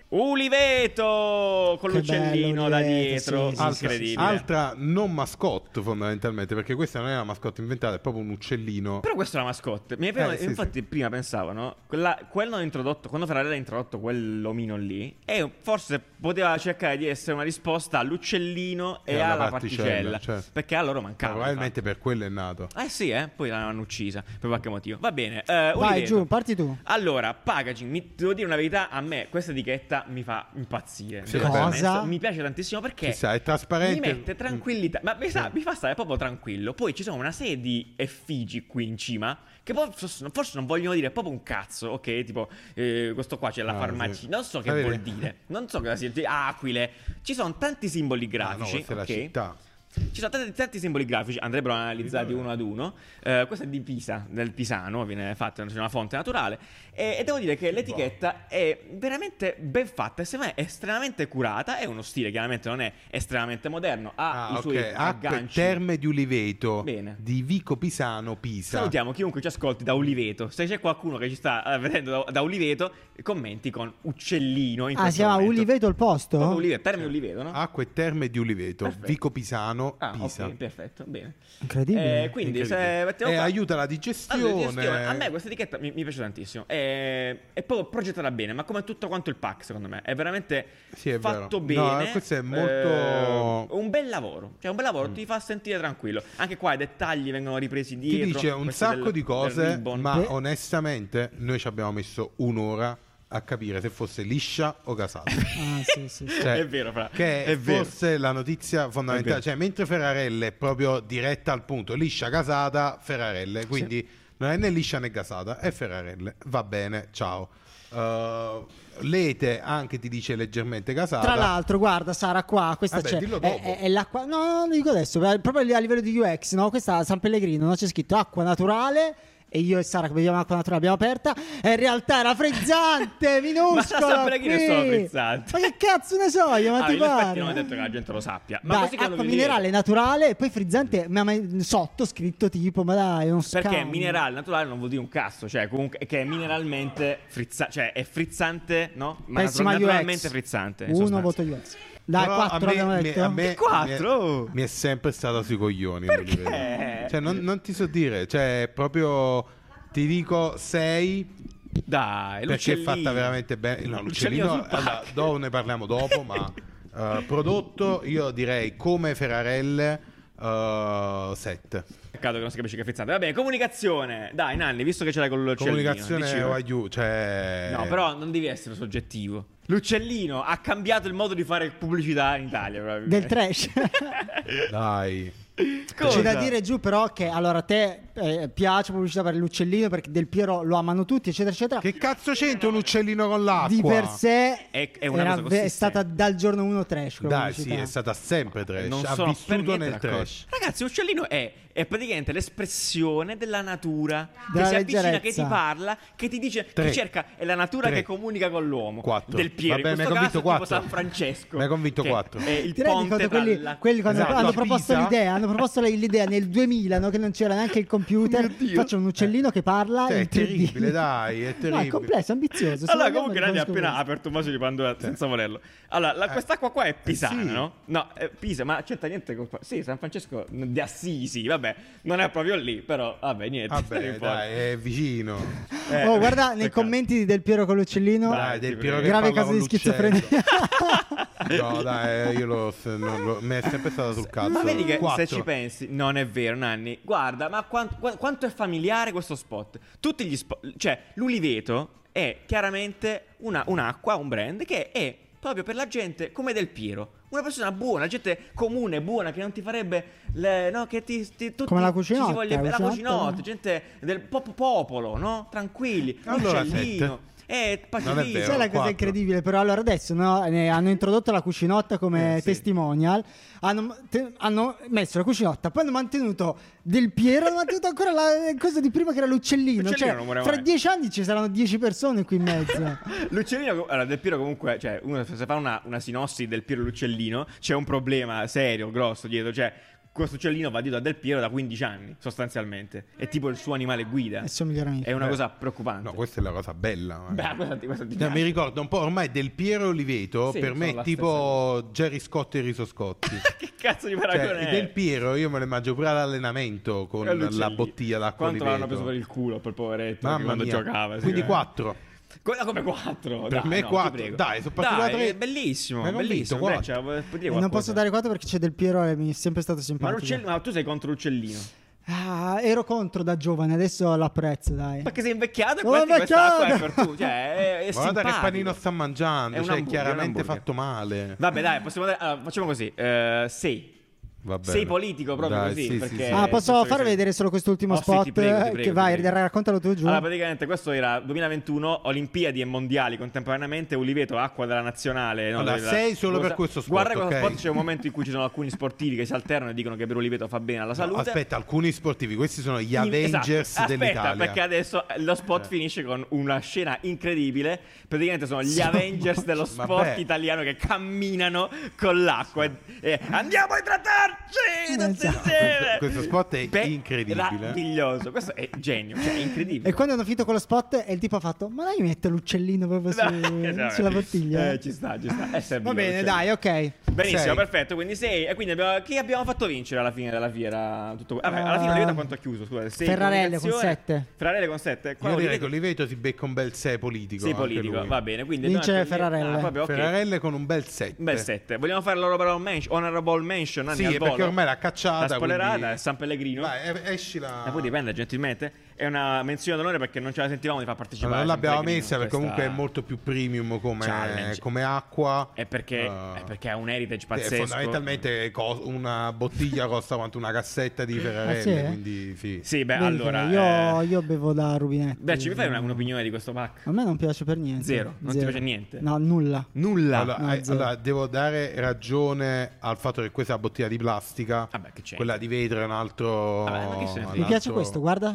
Speaker 3: Uliveto con
Speaker 2: Che
Speaker 3: l'uccellino
Speaker 2: bello,
Speaker 3: da
Speaker 2: Uliveto,
Speaker 3: dietro,
Speaker 2: sì, sì, sì,
Speaker 3: incredibile.
Speaker 1: Altra non mascotte fondamentalmente, perché questa non è una mascotte inventata, è proprio un uccellino.
Speaker 3: Però questa è una mascotte. Mi prima-
Speaker 1: Eh, sì,
Speaker 3: infatti, prima pensavo, no? Quella, quello introdotto, quando Ferrari ha introdotto quell'omino lì, e forse poteva cercare di essere una risposta all'uccellino e, alla, particella.
Speaker 1: certo.
Speaker 3: Perché a loro mancava.
Speaker 1: Probabilmente per quello è nato.
Speaker 3: infatti. Eh sì, eh? Poi l'hanno uccisa per qualche motivo. Va bene. eh,
Speaker 2: Vai
Speaker 3: Oliveto.
Speaker 2: giù, parti tu. Ah,
Speaker 3: Allora, packaging, mi, devo dire una verità, a me questa etichetta mi fa impazzire.
Speaker 1: Sì,
Speaker 3: devo essere
Speaker 2: cosa?
Speaker 3: onesto. Mi piace tantissimo perché
Speaker 1: Chissà, è trasparente.
Speaker 3: mi mette tranquillità, ma mi, sa-
Speaker 1: Sì.
Speaker 3: mi fa stare proprio tranquillo. Poi ci sono una serie di effigi qui in cima che poi forse, forse non vogliono dire proprio un cazzo, ok? Tipo, eh, questo qua c'è la
Speaker 1: Ah,
Speaker 3: farmacia,
Speaker 1: sì.
Speaker 3: non so che
Speaker 1: Vedi?
Speaker 3: vuol dire, non so cosa sia, cioè, ah, aquile, ci sono tanti simboli
Speaker 1: Ah, no,
Speaker 3: grafici,
Speaker 1: questa è la
Speaker 3: ok?
Speaker 1: città.
Speaker 3: Ci sono tanti, tanti simboli grafici, andrebbero analizzati uno ad uno. Eh, questo è di Pisa, del Pisano, viene fatto, c'è una fonte naturale. E, e devo dire che l'etichetta è veramente ben fatta, e secondo me è estremamente curata. È uno stile, chiaramente non è estremamente moderno, ha
Speaker 1: Ah,
Speaker 3: i
Speaker 1: ok.
Speaker 3: suoi
Speaker 1: Acque
Speaker 3: agganci.
Speaker 1: Terme di Uliveto
Speaker 3: Bene.
Speaker 1: di Vico Pisano, Pisa.
Speaker 3: Salutiamo chiunque ci ascolti da Uliveto. Se c'è qualcuno che ci sta eh, vedendo da, da Uliveto, commenti con uccellino. In
Speaker 2: Ah,
Speaker 3: questo
Speaker 2: si chiama
Speaker 3: momento.
Speaker 2: Uliveto il posto?
Speaker 3: Proprio Uliveto, termine Uliveto, no?
Speaker 1: Acque Terme di Uliveto,
Speaker 3: Ah. Perfetto.
Speaker 1: Vico Pisano,
Speaker 3: Ah,
Speaker 1: Ah, Pisa.
Speaker 3: ok, perfetto, bene.
Speaker 2: Incredibile.
Speaker 3: Eh, quindi,
Speaker 1: Incredibile.
Speaker 3: se mettiamo
Speaker 1: Eh,
Speaker 3: qua-
Speaker 1: aiuta la
Speaker 3: Allora,
Speaker 1: digestione.
Speaker 3: digestione. A me questa etichetta mi, mi piace tantissimo. È, è proprio progettata bene, ma come tutto quanto il pack, secondo me. È veramente
Speaker 1: Sì, è
Speaker 3: fatto
Speaker 1: vero. No,
Speaker 3: bene.
Speaker 1: questo è molto- Mm.
Speaker 3: Eh, un bel lavoro. Cioè, un bel lavoro, ti fa sentire tranquillo. Anche qua i dettagli vengono ripresi
Speaker 1: Ti
Speaker 3: dietro.
Speaker 1: dice un
Speaker 3: questo
Speaker 1: sacco
Speaker 3: del-
Speaker 1: di
Speaker 3: del
Speaker 1: cose,
Speaker 3: ribbon. Ah,
Speaker 1: ma
Speaker 2: Beh.
Speaker 1: onestamente noi ci abbiamo messo un'ora a capire se fosse liscia o casata.
Speaker 2: Ah, sì, sì, sì.
Speaker 1: Cioè,
Speaker 3: È vero, Fra.
Speaker 1: Che
Speaker 3: È vero.
Speaker 1: forse la notizia fondamentale,
Speaker 3: È vero.
Speaker 1: cioè mentre Ferrarelle è proprio diretta al punto, liscia casata, Ferrarelle, quindi non è né liscia né casata, è Ferrarelle, va bene, ciao. Uh, Lete anche ti dice leggermente casata.
Speaker 2: Tra l'altro, guarda, Sara, qua questa
Speaker 1: Vabbè,
Speaker 2: c'è.
Speaker 1: dillo dopo.
Speaker 2: È, è- è l'acqua. No, no, non dico adesso. eh, Proprio lì a livello di UX, no? Questa a San Pellegrino no? c'è scritto acqua naturale. E io e Sara che beviamo acqua naturale abbiamo aperta. E in realtà era frizzante, minuscola.
Speaker 3: Ma San Pellegrino è
Speaker 2: qui.
Speaker 3: solo frizzante.
Speaker 2: Ma che cazzo ne so io? Ma
Speaker 3: Ah,
Speaker 2: ti
Speaker 3: in effetti
Speaker 2: pare?
Speaker 3: non ho detto che la gente lo sappia. Ma
Speaker 2: Dai,
Speaker 3: così
Speaker 1: ecco,
Speaker 3: quello
Speaker 2: acqua
Speaker 3: che
Speaker 2: minerale
Speaker 3: dico.
Speaker 2: naturale e poi frizzante, ma, ma sotto scritto tipo, ma dai, non so.
Speaker 3: Perché minerale naturale non vuol dire un cazzo, cioè comunque che è mineralmente frizzante, cioè è frizzante, no? Ma
Speaker 2: Pessima
Speaker 3: naturalmente
Speaker 2: UX.
Speaker 3: frizzante. in
Speaker 2: Uno
Speaker 3: sostanza.
Speaker 2: voto UX. Dai,
Speaker 1: Però
Speaker 2: 4
Speaker 1: a me,
Speaker 2: abbiamo
Speaker 1: me-
Speaker 2: detto.
Speaker 1: a me-
Speaker 3: Quattro?
Speaker 1: Mi è, mi è sempre stata sui coglioni. devo
Speaker 3: Perché?
Speaker 1: dire. Cioè, non, non ti so dire, cioè, proprio ti dico 6
Speaker 3: Dai,
Speaker 1: perché è
Speaker 3: l'uccellino.
Speaker 1: fatta veramente bene. No,
Speaker 3: L'uccellino
Speaker 1: l'uccellino,
Speaker 3: sul pack.
Speaker 1: allora, dopo ne parliamo dopo, ma eh, prodotto io direi come eh, Ferrarelle 7.
Speaker 3: Peccato che non si capisce che fizzate. Vabbè, comunicazione. Dai, Nanni, visto che ce l'hai con l'uccellino.
Speaker 1: Comunicazione
Speaker 3: dicilo.
Speaker 1: OIU, cioè...
Speaker 3: No, però non devi essere soggettivo. L'uccellino ha cambiato il modo di fare pubblicità in Italia. probabilmente.
Speaker 2: Del trash.
Speaker 1: Dai.
Speaker 3: Cosa?
Speaker 2: C'è da dire giù però che allora a te eh, piace pubblicità per l'uccellino perché Del Piero lo amano tutti eccetera eccetera.
Speaker 1: Che cazzo c'entra un uccellino con l'acqua?
Speaker 2: di per sé
Speaker 3: È- è una
Speaker 2: era
Speaker 3: cosa
Speaker 2: ve-
Speaker 3: consistente.
Speaker 2: è stata dal giorno 1 trash. quella
Speaker 1: Dai, sì,
Speaker 2: pubblicità.
Speaker 1: è stata sempre trash.
Speaker 3: Non
Speaker 1: Eh, ha
Speaker 3: sono per
Speaker 1: vissuto
Speaker 3: niente
Speaker 1: nel
Speaker 3: d'accordo.
Speaker 1: trash.
Speaker 3: Ragazzi, l'uccellino è, è praticamente l'espressione della natura che
Speaker 2: Della
Speaker 3: si avvicina, che
Speaker 2: leggerezza.
Speaker 3: ti parla, che ti dice,
Speaker 1: Tre.
Speaker 3: che cerca, è la natura
Speaker 1: Tre.
Speaker 3: che comunica con l'uomo.
Speaker 1: Quattro.
Speaker 3: Del Piero,
Speaker 1: Vabbè,
Speaker 3: in
Speaker 1: mi hai convinto
Speaker 3: questo caso tipo
Speaker 1: quattro.
Speaker 3: San Francesco.
Speaker 1: Mi hai convinto
Speaker 3: che
Speaker 1: quattro.
Speaker 3: È Eh, il
Speaker 2: Eh, Ti rendi
Speaker 3: ponte
Speaker 2: conto
Speaker 3: tra
Speaker 2: quelli,
Speaker 3: la-
Speaker 2: quelli quando
Speaker 1: Esatto,
Speaker 2: hanno
Speaker 1: a
Speaker 2: proposto
Speaker 1: Pisa.
Speaker 2: l'idea, hanno proposto l'idea nel 2000 no, che non c'era neanche il computer, faccio un uccellino che parla
Speaker 1: Oh Cioè,
Speaker 2: in
Speaker 1: è
Speaker 2: 3D.
Speaker 1: terribile, dai, è
Speaker 2: No, è
Speaker 1: terribile.
Speaker 2: complesso, ambizioso. se
Speaker 3: Allora,
Speaker 2: vogliamo
Speaker 3: comunque, Nadia ha
Speaker 2: riconosco
Speaker 3: appena aperto un vaso di Pandora senza volerlo. Allora, la-
Speaker 1: Eh,
Speaker 3: quest'acqua qua è pisana,
Speaker 1: sì.
Speaker 3: no? No, è Pisa, ma c'entra niente con. Sì, San Francesco di Assisi, vabbè, non è proprio lì, però, vabbè, niente. non
Speaker 1: Vabbè,
Speaker 3: importa.
Speaker 1: dai, è vicino.
Speaker 2: questo.
Speaker 3: Eh,
Speaker 2: oh, guarda nei
Speaker 3: peccato.
Speaker 2: commenti di Del Piero con l'uccellino,
Speaker 1: Dai, del Piero che
Speaker 2: grave
Speaker 1: parla
Speaker 2: caso
Speaker 1: con
Speaker 2: di
Speaker 1: l'uccello.
Speaker 2: schizofrenia.
Speaker 1: No, dai, eh, io lo, se- non lo- mi è sempre stato sul cazzo.
Speaker 3: Ma vedi che
Speaker 1: Quattro.
Speaker 3: se ci pensi, non è vero, Nanni. Guarda, ma quan- qua- quanto è familiare questo spot? Tutti gli spot. Cioè, l'uliveto è chiaramente una- un'acqua, un brand che è proprio per la gente come Del Piero. Una persona buona, gente comune, buona, che non ti farebbe. le- no, che ti. ti tutti
Speaker 2: Come la
Speaker 3: ci si
Speaker 2: cucinotta, esatto.
Speaker 3: voglia-
Speaker 2: la
Speaker 3: la
Speaker 2: cucinotta,
Speaker 3: cucinotta,
Speaker 2: no?
Speaker 3: gente del pop- popolo, no? Tranquilli.
Speaker 1: Allora,
Speaker 3: uccellino. Eh, pacifista.
Speaker 1: vero.
Speaker 2: Sai la cosa
Speaker 1: quattro.
Speaker 2: incredibile, però allora adesso no, ne hanno introdotto la cucinotta come
Speaker 1: Eh, sì.
Speaker 2: testimonial, hanno, te- hanno messo la cucinotta, poi hanno mantenuto Del Piero, hanno mantenuto ancora la eh, cosa di prima che era l'uccellino,
Speaker 3: L'uccellino non muore
Speaker 2: cioè fra
Speaker 3: mai.
Speaker 2: dieci anni ci saranno dieci persone qui in mezzo.
Speaker 3: L'uccellino, allora Del Piero comunque, cioè, uno se fa una, una sinossi del Piero e l'uccellino, c'è un problema serio, grosso dietro, cioè questo uccellino va dietro a Del Piero da 15 anni, sostanzialmente, è tipo il suo animale guida,
Speaker 2: È il suo migliore amico.
Speaker 3: è una
Speaker 1: Eh.
Speaker 3: cosa preoccupante.
Speaker 1: No, questa è la cosa bella. magari.
Speaker 3: Beh, questa ti- questa ti
Speaker 1: Cioè,
Speaker 3: piace.
Speaker 1: mi ricordo un po' ormai del Piero Oliveto,
Speaker 3: Sì,
Speaker 1: per me
Speaker 3: sono la
Speaker 1: è tipo Jerry Scott e Riso Scotti.
Speaker 3: che cazzo di
Speaker 1: Cioè,
Speaker 3: paragone è?
Speaker 1: del Piero io me lo mangio pure all'allenamento con
Speaker 3: È l'uccellino.
Speaker 1: la bottiglia d'acqua
Speaker 3: Quanto l'hanno preso per
Speaker 1: Oliveto.
Speaker 3: il culo per poveretto che
Speaker 1: Mamma
Speaker 3: quando
Speaker 1: mia.
Speaker 3: giocava. sì,
Speaker 1: Quindi
Speaker 3: eh.
Speaker 1: 4.
Speaker 3: Quella come 4.
Speaker 1: Per me
Speaker 3: quattro
Speaker 1: 4. Dai, sono partito da 3.
Speaker 3: è bellissimo,
Speaker 1: Ma hai
Speaker 3: bellissimo.
Speaker 1: convinto,
Speaker 3: Beh, cioè, vuol dire
Speaker 2: E non
Speaker 3: qualcosa.
Speaker 2: posso dare 4 perché c'è Del Piero e mi è sempre stato
Speaker 3: ma,
Speaker 2: simpatico.
Speaker 3: l'uccellino- ma tu sei contro l'uccellino.
Speaker 2: Ah, ero contro da giovane, adesso l'apprezzo, dai.
Speaker 3: Perché sei invecchiato e
Speaker 2: Sono
Speaker 3: questa questa acqua è
Speaker 2: invecchiato!
Speaker 3: per tu. Cioè, è, è
Speaker 1: Guarda che
Speaker 3: simpatico.
Speaker 1: panino sta mangiando,
Speaker 3: È un
Speaker 1: cioè
Speaker 3: hamburger,
Speaker 1: chiaramente
Speaker 3: un hamburger.
Speaker 1: fatto male.
Speaker 3: Vabbè, dai, possiamo andare- allora, facciamo così. eh, sei.
Speaker 1: Va bene.
Speaker 3: Sei politico proprio
Speaker 1: Dai,
Speaker 3: così,
Speaker 1: sì, sì,
Speaker 3: perché-
Speaker 1: sì.
Speaker 3: Eh,
Speaker 2: Ah,
Speaker 3: penso
Speaker 2: posso
Speaker 3: che
Speaker 2: far
Speaker 3: sì.
Speaker 2: vedere solo quest'ultimo
Speaker 3: Oh, sì,
Speaker 2: spot
Speaker 3: ti prego, ti prego,
Speaker 2: eh,
Speaker 3: ti
Speaker 2: che vai,
Speaker 3: prego.
Speaker 2: raccontalo tu giù.
Speaker 3: Allora, praticamente questo era 2021, Olimpiadi e Mondiali contemporaneamente, Uliveto, acqua della nazionale. no,
Speaker 1: Allora,
Speaker 3: della-
Speaker 1: sei solo per
Speaker 3: Sa-
Speaker 1: questo spot,
Speaker 3: Guarda questo
Speaker 1: ok?
Speaker 3: spot, c'è un momento in cui ci sono alcuni sportivi che si alternano e dicono che per Uliveto fa bene alla salute.
Speaker 1: Aspetta, alcuni sportivi, questi sono gli
Speaker 3: In-
Speaker 1: Avengers
Speaker 3: esatto. Aspetta,
Speaker 1: dell'Italia.
Speaker 3: perché adesso eh, lo spot finisce con una scena incredibile. Praticamente sono gli
Speaker 2: Sono-
Speaker 3: Avengers dello sport
Speaker 1: Vabbè.
Speaker 3: italiano che camminano con l'acqua. e- E, andiamo a idratarci! tutti
Speaker 2: Esatto.
Speaker 3: insieme!"
Speaker 1: Questo- questo spot è incredibile.
Speaker 3: Meraviglioso. Questo è genio, cioè è incredibile.
Speaker 2: E quando hanno finito con lo spot, e il tipo ha fatto: Ma dai, mette l'uccellino proprio su-
Speaker 3: Dai, vabbè.
Speaker 2: sulla bottiglia.
Speaker 3: Eh, ci sta, ci sta. Eh, serviva,
Speaker 2: Va bene,
Speaker 3: cioè.
Speaker 2: dai, ok.
Speaker 3: Benissimo,
Speaker 1: Sei.
Speaker 3: perfetto. Quindi 6. E quindi abbiamo, chi abbiamo fatto vincere alla fine della fiera? Tutto... Vabbè, alla fine
Speaker 2: Ah.
Speaker 3: la fiera quanto ha chiuso? Scusate, sei
Speaker 2: Ferrarelle con
Speaker 3: comunicazione.
Speaker 2: sette.
Speaker 3: Ferrarelle con 7.
Speaker 1: Io direi che Oliveto si becca un bel 6 politico.
Speaker 3: Sei
Speaker 1: anche
Speaker 3: politico,
Speaker 1: lui.
Speaker 3: va bene. Quindi
Speaker 2: Vince
Speaker 3: anche lì-
Speaker 2: Ferrarelle.
Speaker 3: Ah, proprio, ok.
Speaker 1: Ferrarelle con un bel 7.
Speaker 3: Un Bel 7. Vogliamo fare l'honorable mention? Honorable mention Nanni,
Speaker 1: Sì,
Speaker 3: al
Speaker 1: perché
Speaker 3: volo?
Speaker 1: ormai l'ha cacciata,
Speaker 3: La spoilerata
Speaker 1: quindi-
Speaker 3: è San Pellegrino.
Speaker 1: Vai, ah. e- esci la...
Speaker 3: Ma poi dipende, gentilmente. È una menzione d'onore perché non ce la sentivamo di far partecipare.
Speaker 1: Allora, non l'abbiamo
Speaker 3: San Pellegrino,
Speaker 1: messa perché
Speaker 3: questa-
Speaker 1: comunque è molto più premium come,
Speaker 3: Challenge.
Speaker 1: come acqua.
Speaker 3: È perché,
Speaker 1: Eh,
Speaker 3: è perché ha un heritage
Speaker 1: eh,
Speaker 3: pazzesco.
Speaker 1: fondamentalmente cos- una bottiglia costa quanto una cassetta di Ferrarelle,
Speaker 2: Ah, sì, eh?
Speaker 1: quindi sì.
Speaker 3: Sì, beh,
Speaker 2: Vedi
Speaker 3: allora.
Speaker 2: che io,
Speaker 3: eh,
Speaker 2: io bevo da rubinetto.
Speaker 3: Beh, ci mi fai una- un'opinione di questo pack?
Speaker 2: A me non piace per niente.
Speaker 3: Zero, non ti piace niente?
Speaker 2: No, nulla.
Speaker 3: Nulla.
Speaker 1: Allora,
Speaker 2: No,
Speaker 1: eh,
Speaker 2: zero.
Speaker 1: allora, devo dare ragione al fatto che questa è una bottiglia di plastica,
Speaker 3: Vabbè, che c'è?
Speaker 1: quella di vetro è un altro.
Speaker 3: Cioè, Vabbè, ma che se ne frega.
Speaker 1: un
Speaker 3: Mi
Speaker 2: piace
Speaker 1: altro-
Speaker 2: questo, guarda,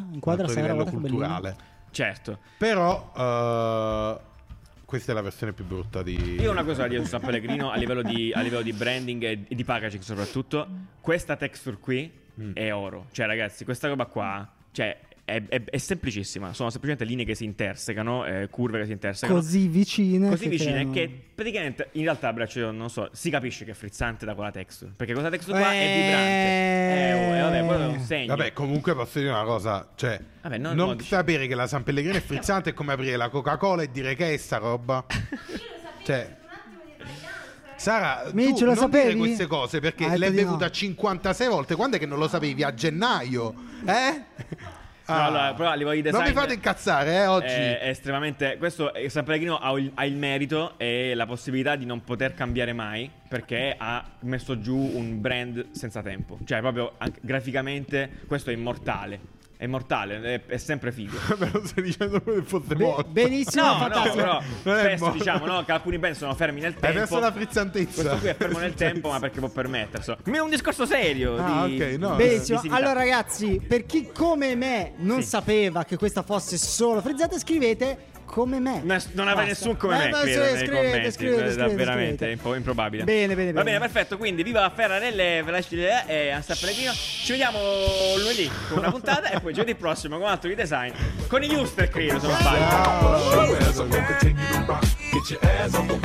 Speaker 1: un altro
Speaker 2: inquadra Sara,
Speaker 1: livello
Speaker 2: guarda che
Speaker 1: culturale.
Speaker 3: Certo.
Speaker 1: Però, eh, questa è la versione più brutta di.
Speaker 3: Io una cosa da dire su San Pellegrino a livello di, a livello di branding e e di packaging soprattutto, questa texture qui è oro. Cioè ragazzi, questa roba qua, cioè... è- è, è- è semplicissima. Sono semplicemente linee che si intersecano, eh, curve che si intersecano.
Speaker 2: così vicine.
Speaker 3: Così vicine
Speaker 2: creano-
Speaker 3: che praticamente in realtà il braccio non so, si capisce che è frizzante da quella texture. Perché questa texture qua è vibrante. Eh, oh, eh, vabbè, quello è un segno.
Speaker 1: Vabbè, comunque posso dire una cosa, cioè,
Speaker 3: Vabbè, no,
Speaker 1: non,
Speaker 3: no, dici-
Speaker 1: sapere che la San Pellegrino è frizzante è come aprire la Coca-Cola e dire che è sta roba. Cioè, Sara,
Speaker 2: Mi,
Speaker 1: tu
Speaker 2: ce eh. lo
Speaker 1: non
Speaker 2: sapevi?
Speaker 1: dire queste cose perché
Speaker 2: Ah, hai
Speaker 1: l'hai
Speaker 2: detto di
Speaker 1: bevuta
Speaker 2: no.
Speaker 1: 56 volte. Quando è che non lo sapevi? A gennaio? Eh? Ah.
Speaker 3: allora, però a livello di
Speaker 1: Non mi
Speaker 3: design-
Speaker 1: fate incazzare, eh, oggi.
Speaker 3: È, è estremamente. Questo eh, San Pellegrino ha il, ha il merito e la possibilità di non poter cambiare mai perché ha messo giù un brand senza tempo. Cioè, proprio anche graficamente, questo è immortale. È immortale, è, è sempre figo.
Speaker 1: Me lo stai dicendo come se fosse
Speaker 2: Be-
Speaker 1: morto.
Speaker 2: benissimo,
Speaker 3: No, no,
Speaker 2: fantastico.
Speaker 3: però
Speaker 1: Non è
Speaker 3: spesso
Speaker 1: morto.
Speaker 3: diciamo no, che alcuni brand sono fermi nel
Speaker 1: Hai
Speaker 3: tempo.
Speaker 1: perso la frizzantezza.
Speaker 3: Questo qui è fermo nel tempo, ma perché può permetterselo. Ma è un discorso serio.
Speaker 1: Ah,
Speaker 3: di-
Speaker 1: ok, no.
Speaker 3: di-
Speaker 2: Benissimo.
Speaker 3: di- di-
Speaker 2: Allora, ragazzi, per chi come me non
Speaker 3: Sì.
Speaker 2: sapeva che questa fosse solo frizzata, scrivete come me.
Speaker 3: No, non
Speaker 2: Basta.
Speaker 3: avrei nessuno come
Speaker 2: Eh,
Speaker 3: me,
Speaker 2: ma
Speaker 3: credo,
Speaker 2: sì,
Speaker 3: nei
Speaker 2: scrivete,
Speaker 3: commenti.
Speaker 2: scrivete,
Speaker 3: eh,
Speaker 2: scrivete,
Speaker 3: veramente,
Speaker 2: scrivete.
Speaker 3: è un po' improbabile.
Speaker 2: Bene, bene,
Speaker 3: Va
Speaker 2: bene.
Speaker 3: bene, perfetto. Quindi, viva la Ferrarelle, ve la eh, e a San Pellegrino. Ci vediamo lunedì con una puntata e poi giovedì prossimo con altro di design. Con i newster, credo, se non sbaglio.
Speaker 1: Ciao.
Speaker 4: Show as I roll, continue to rock. Get your ass on the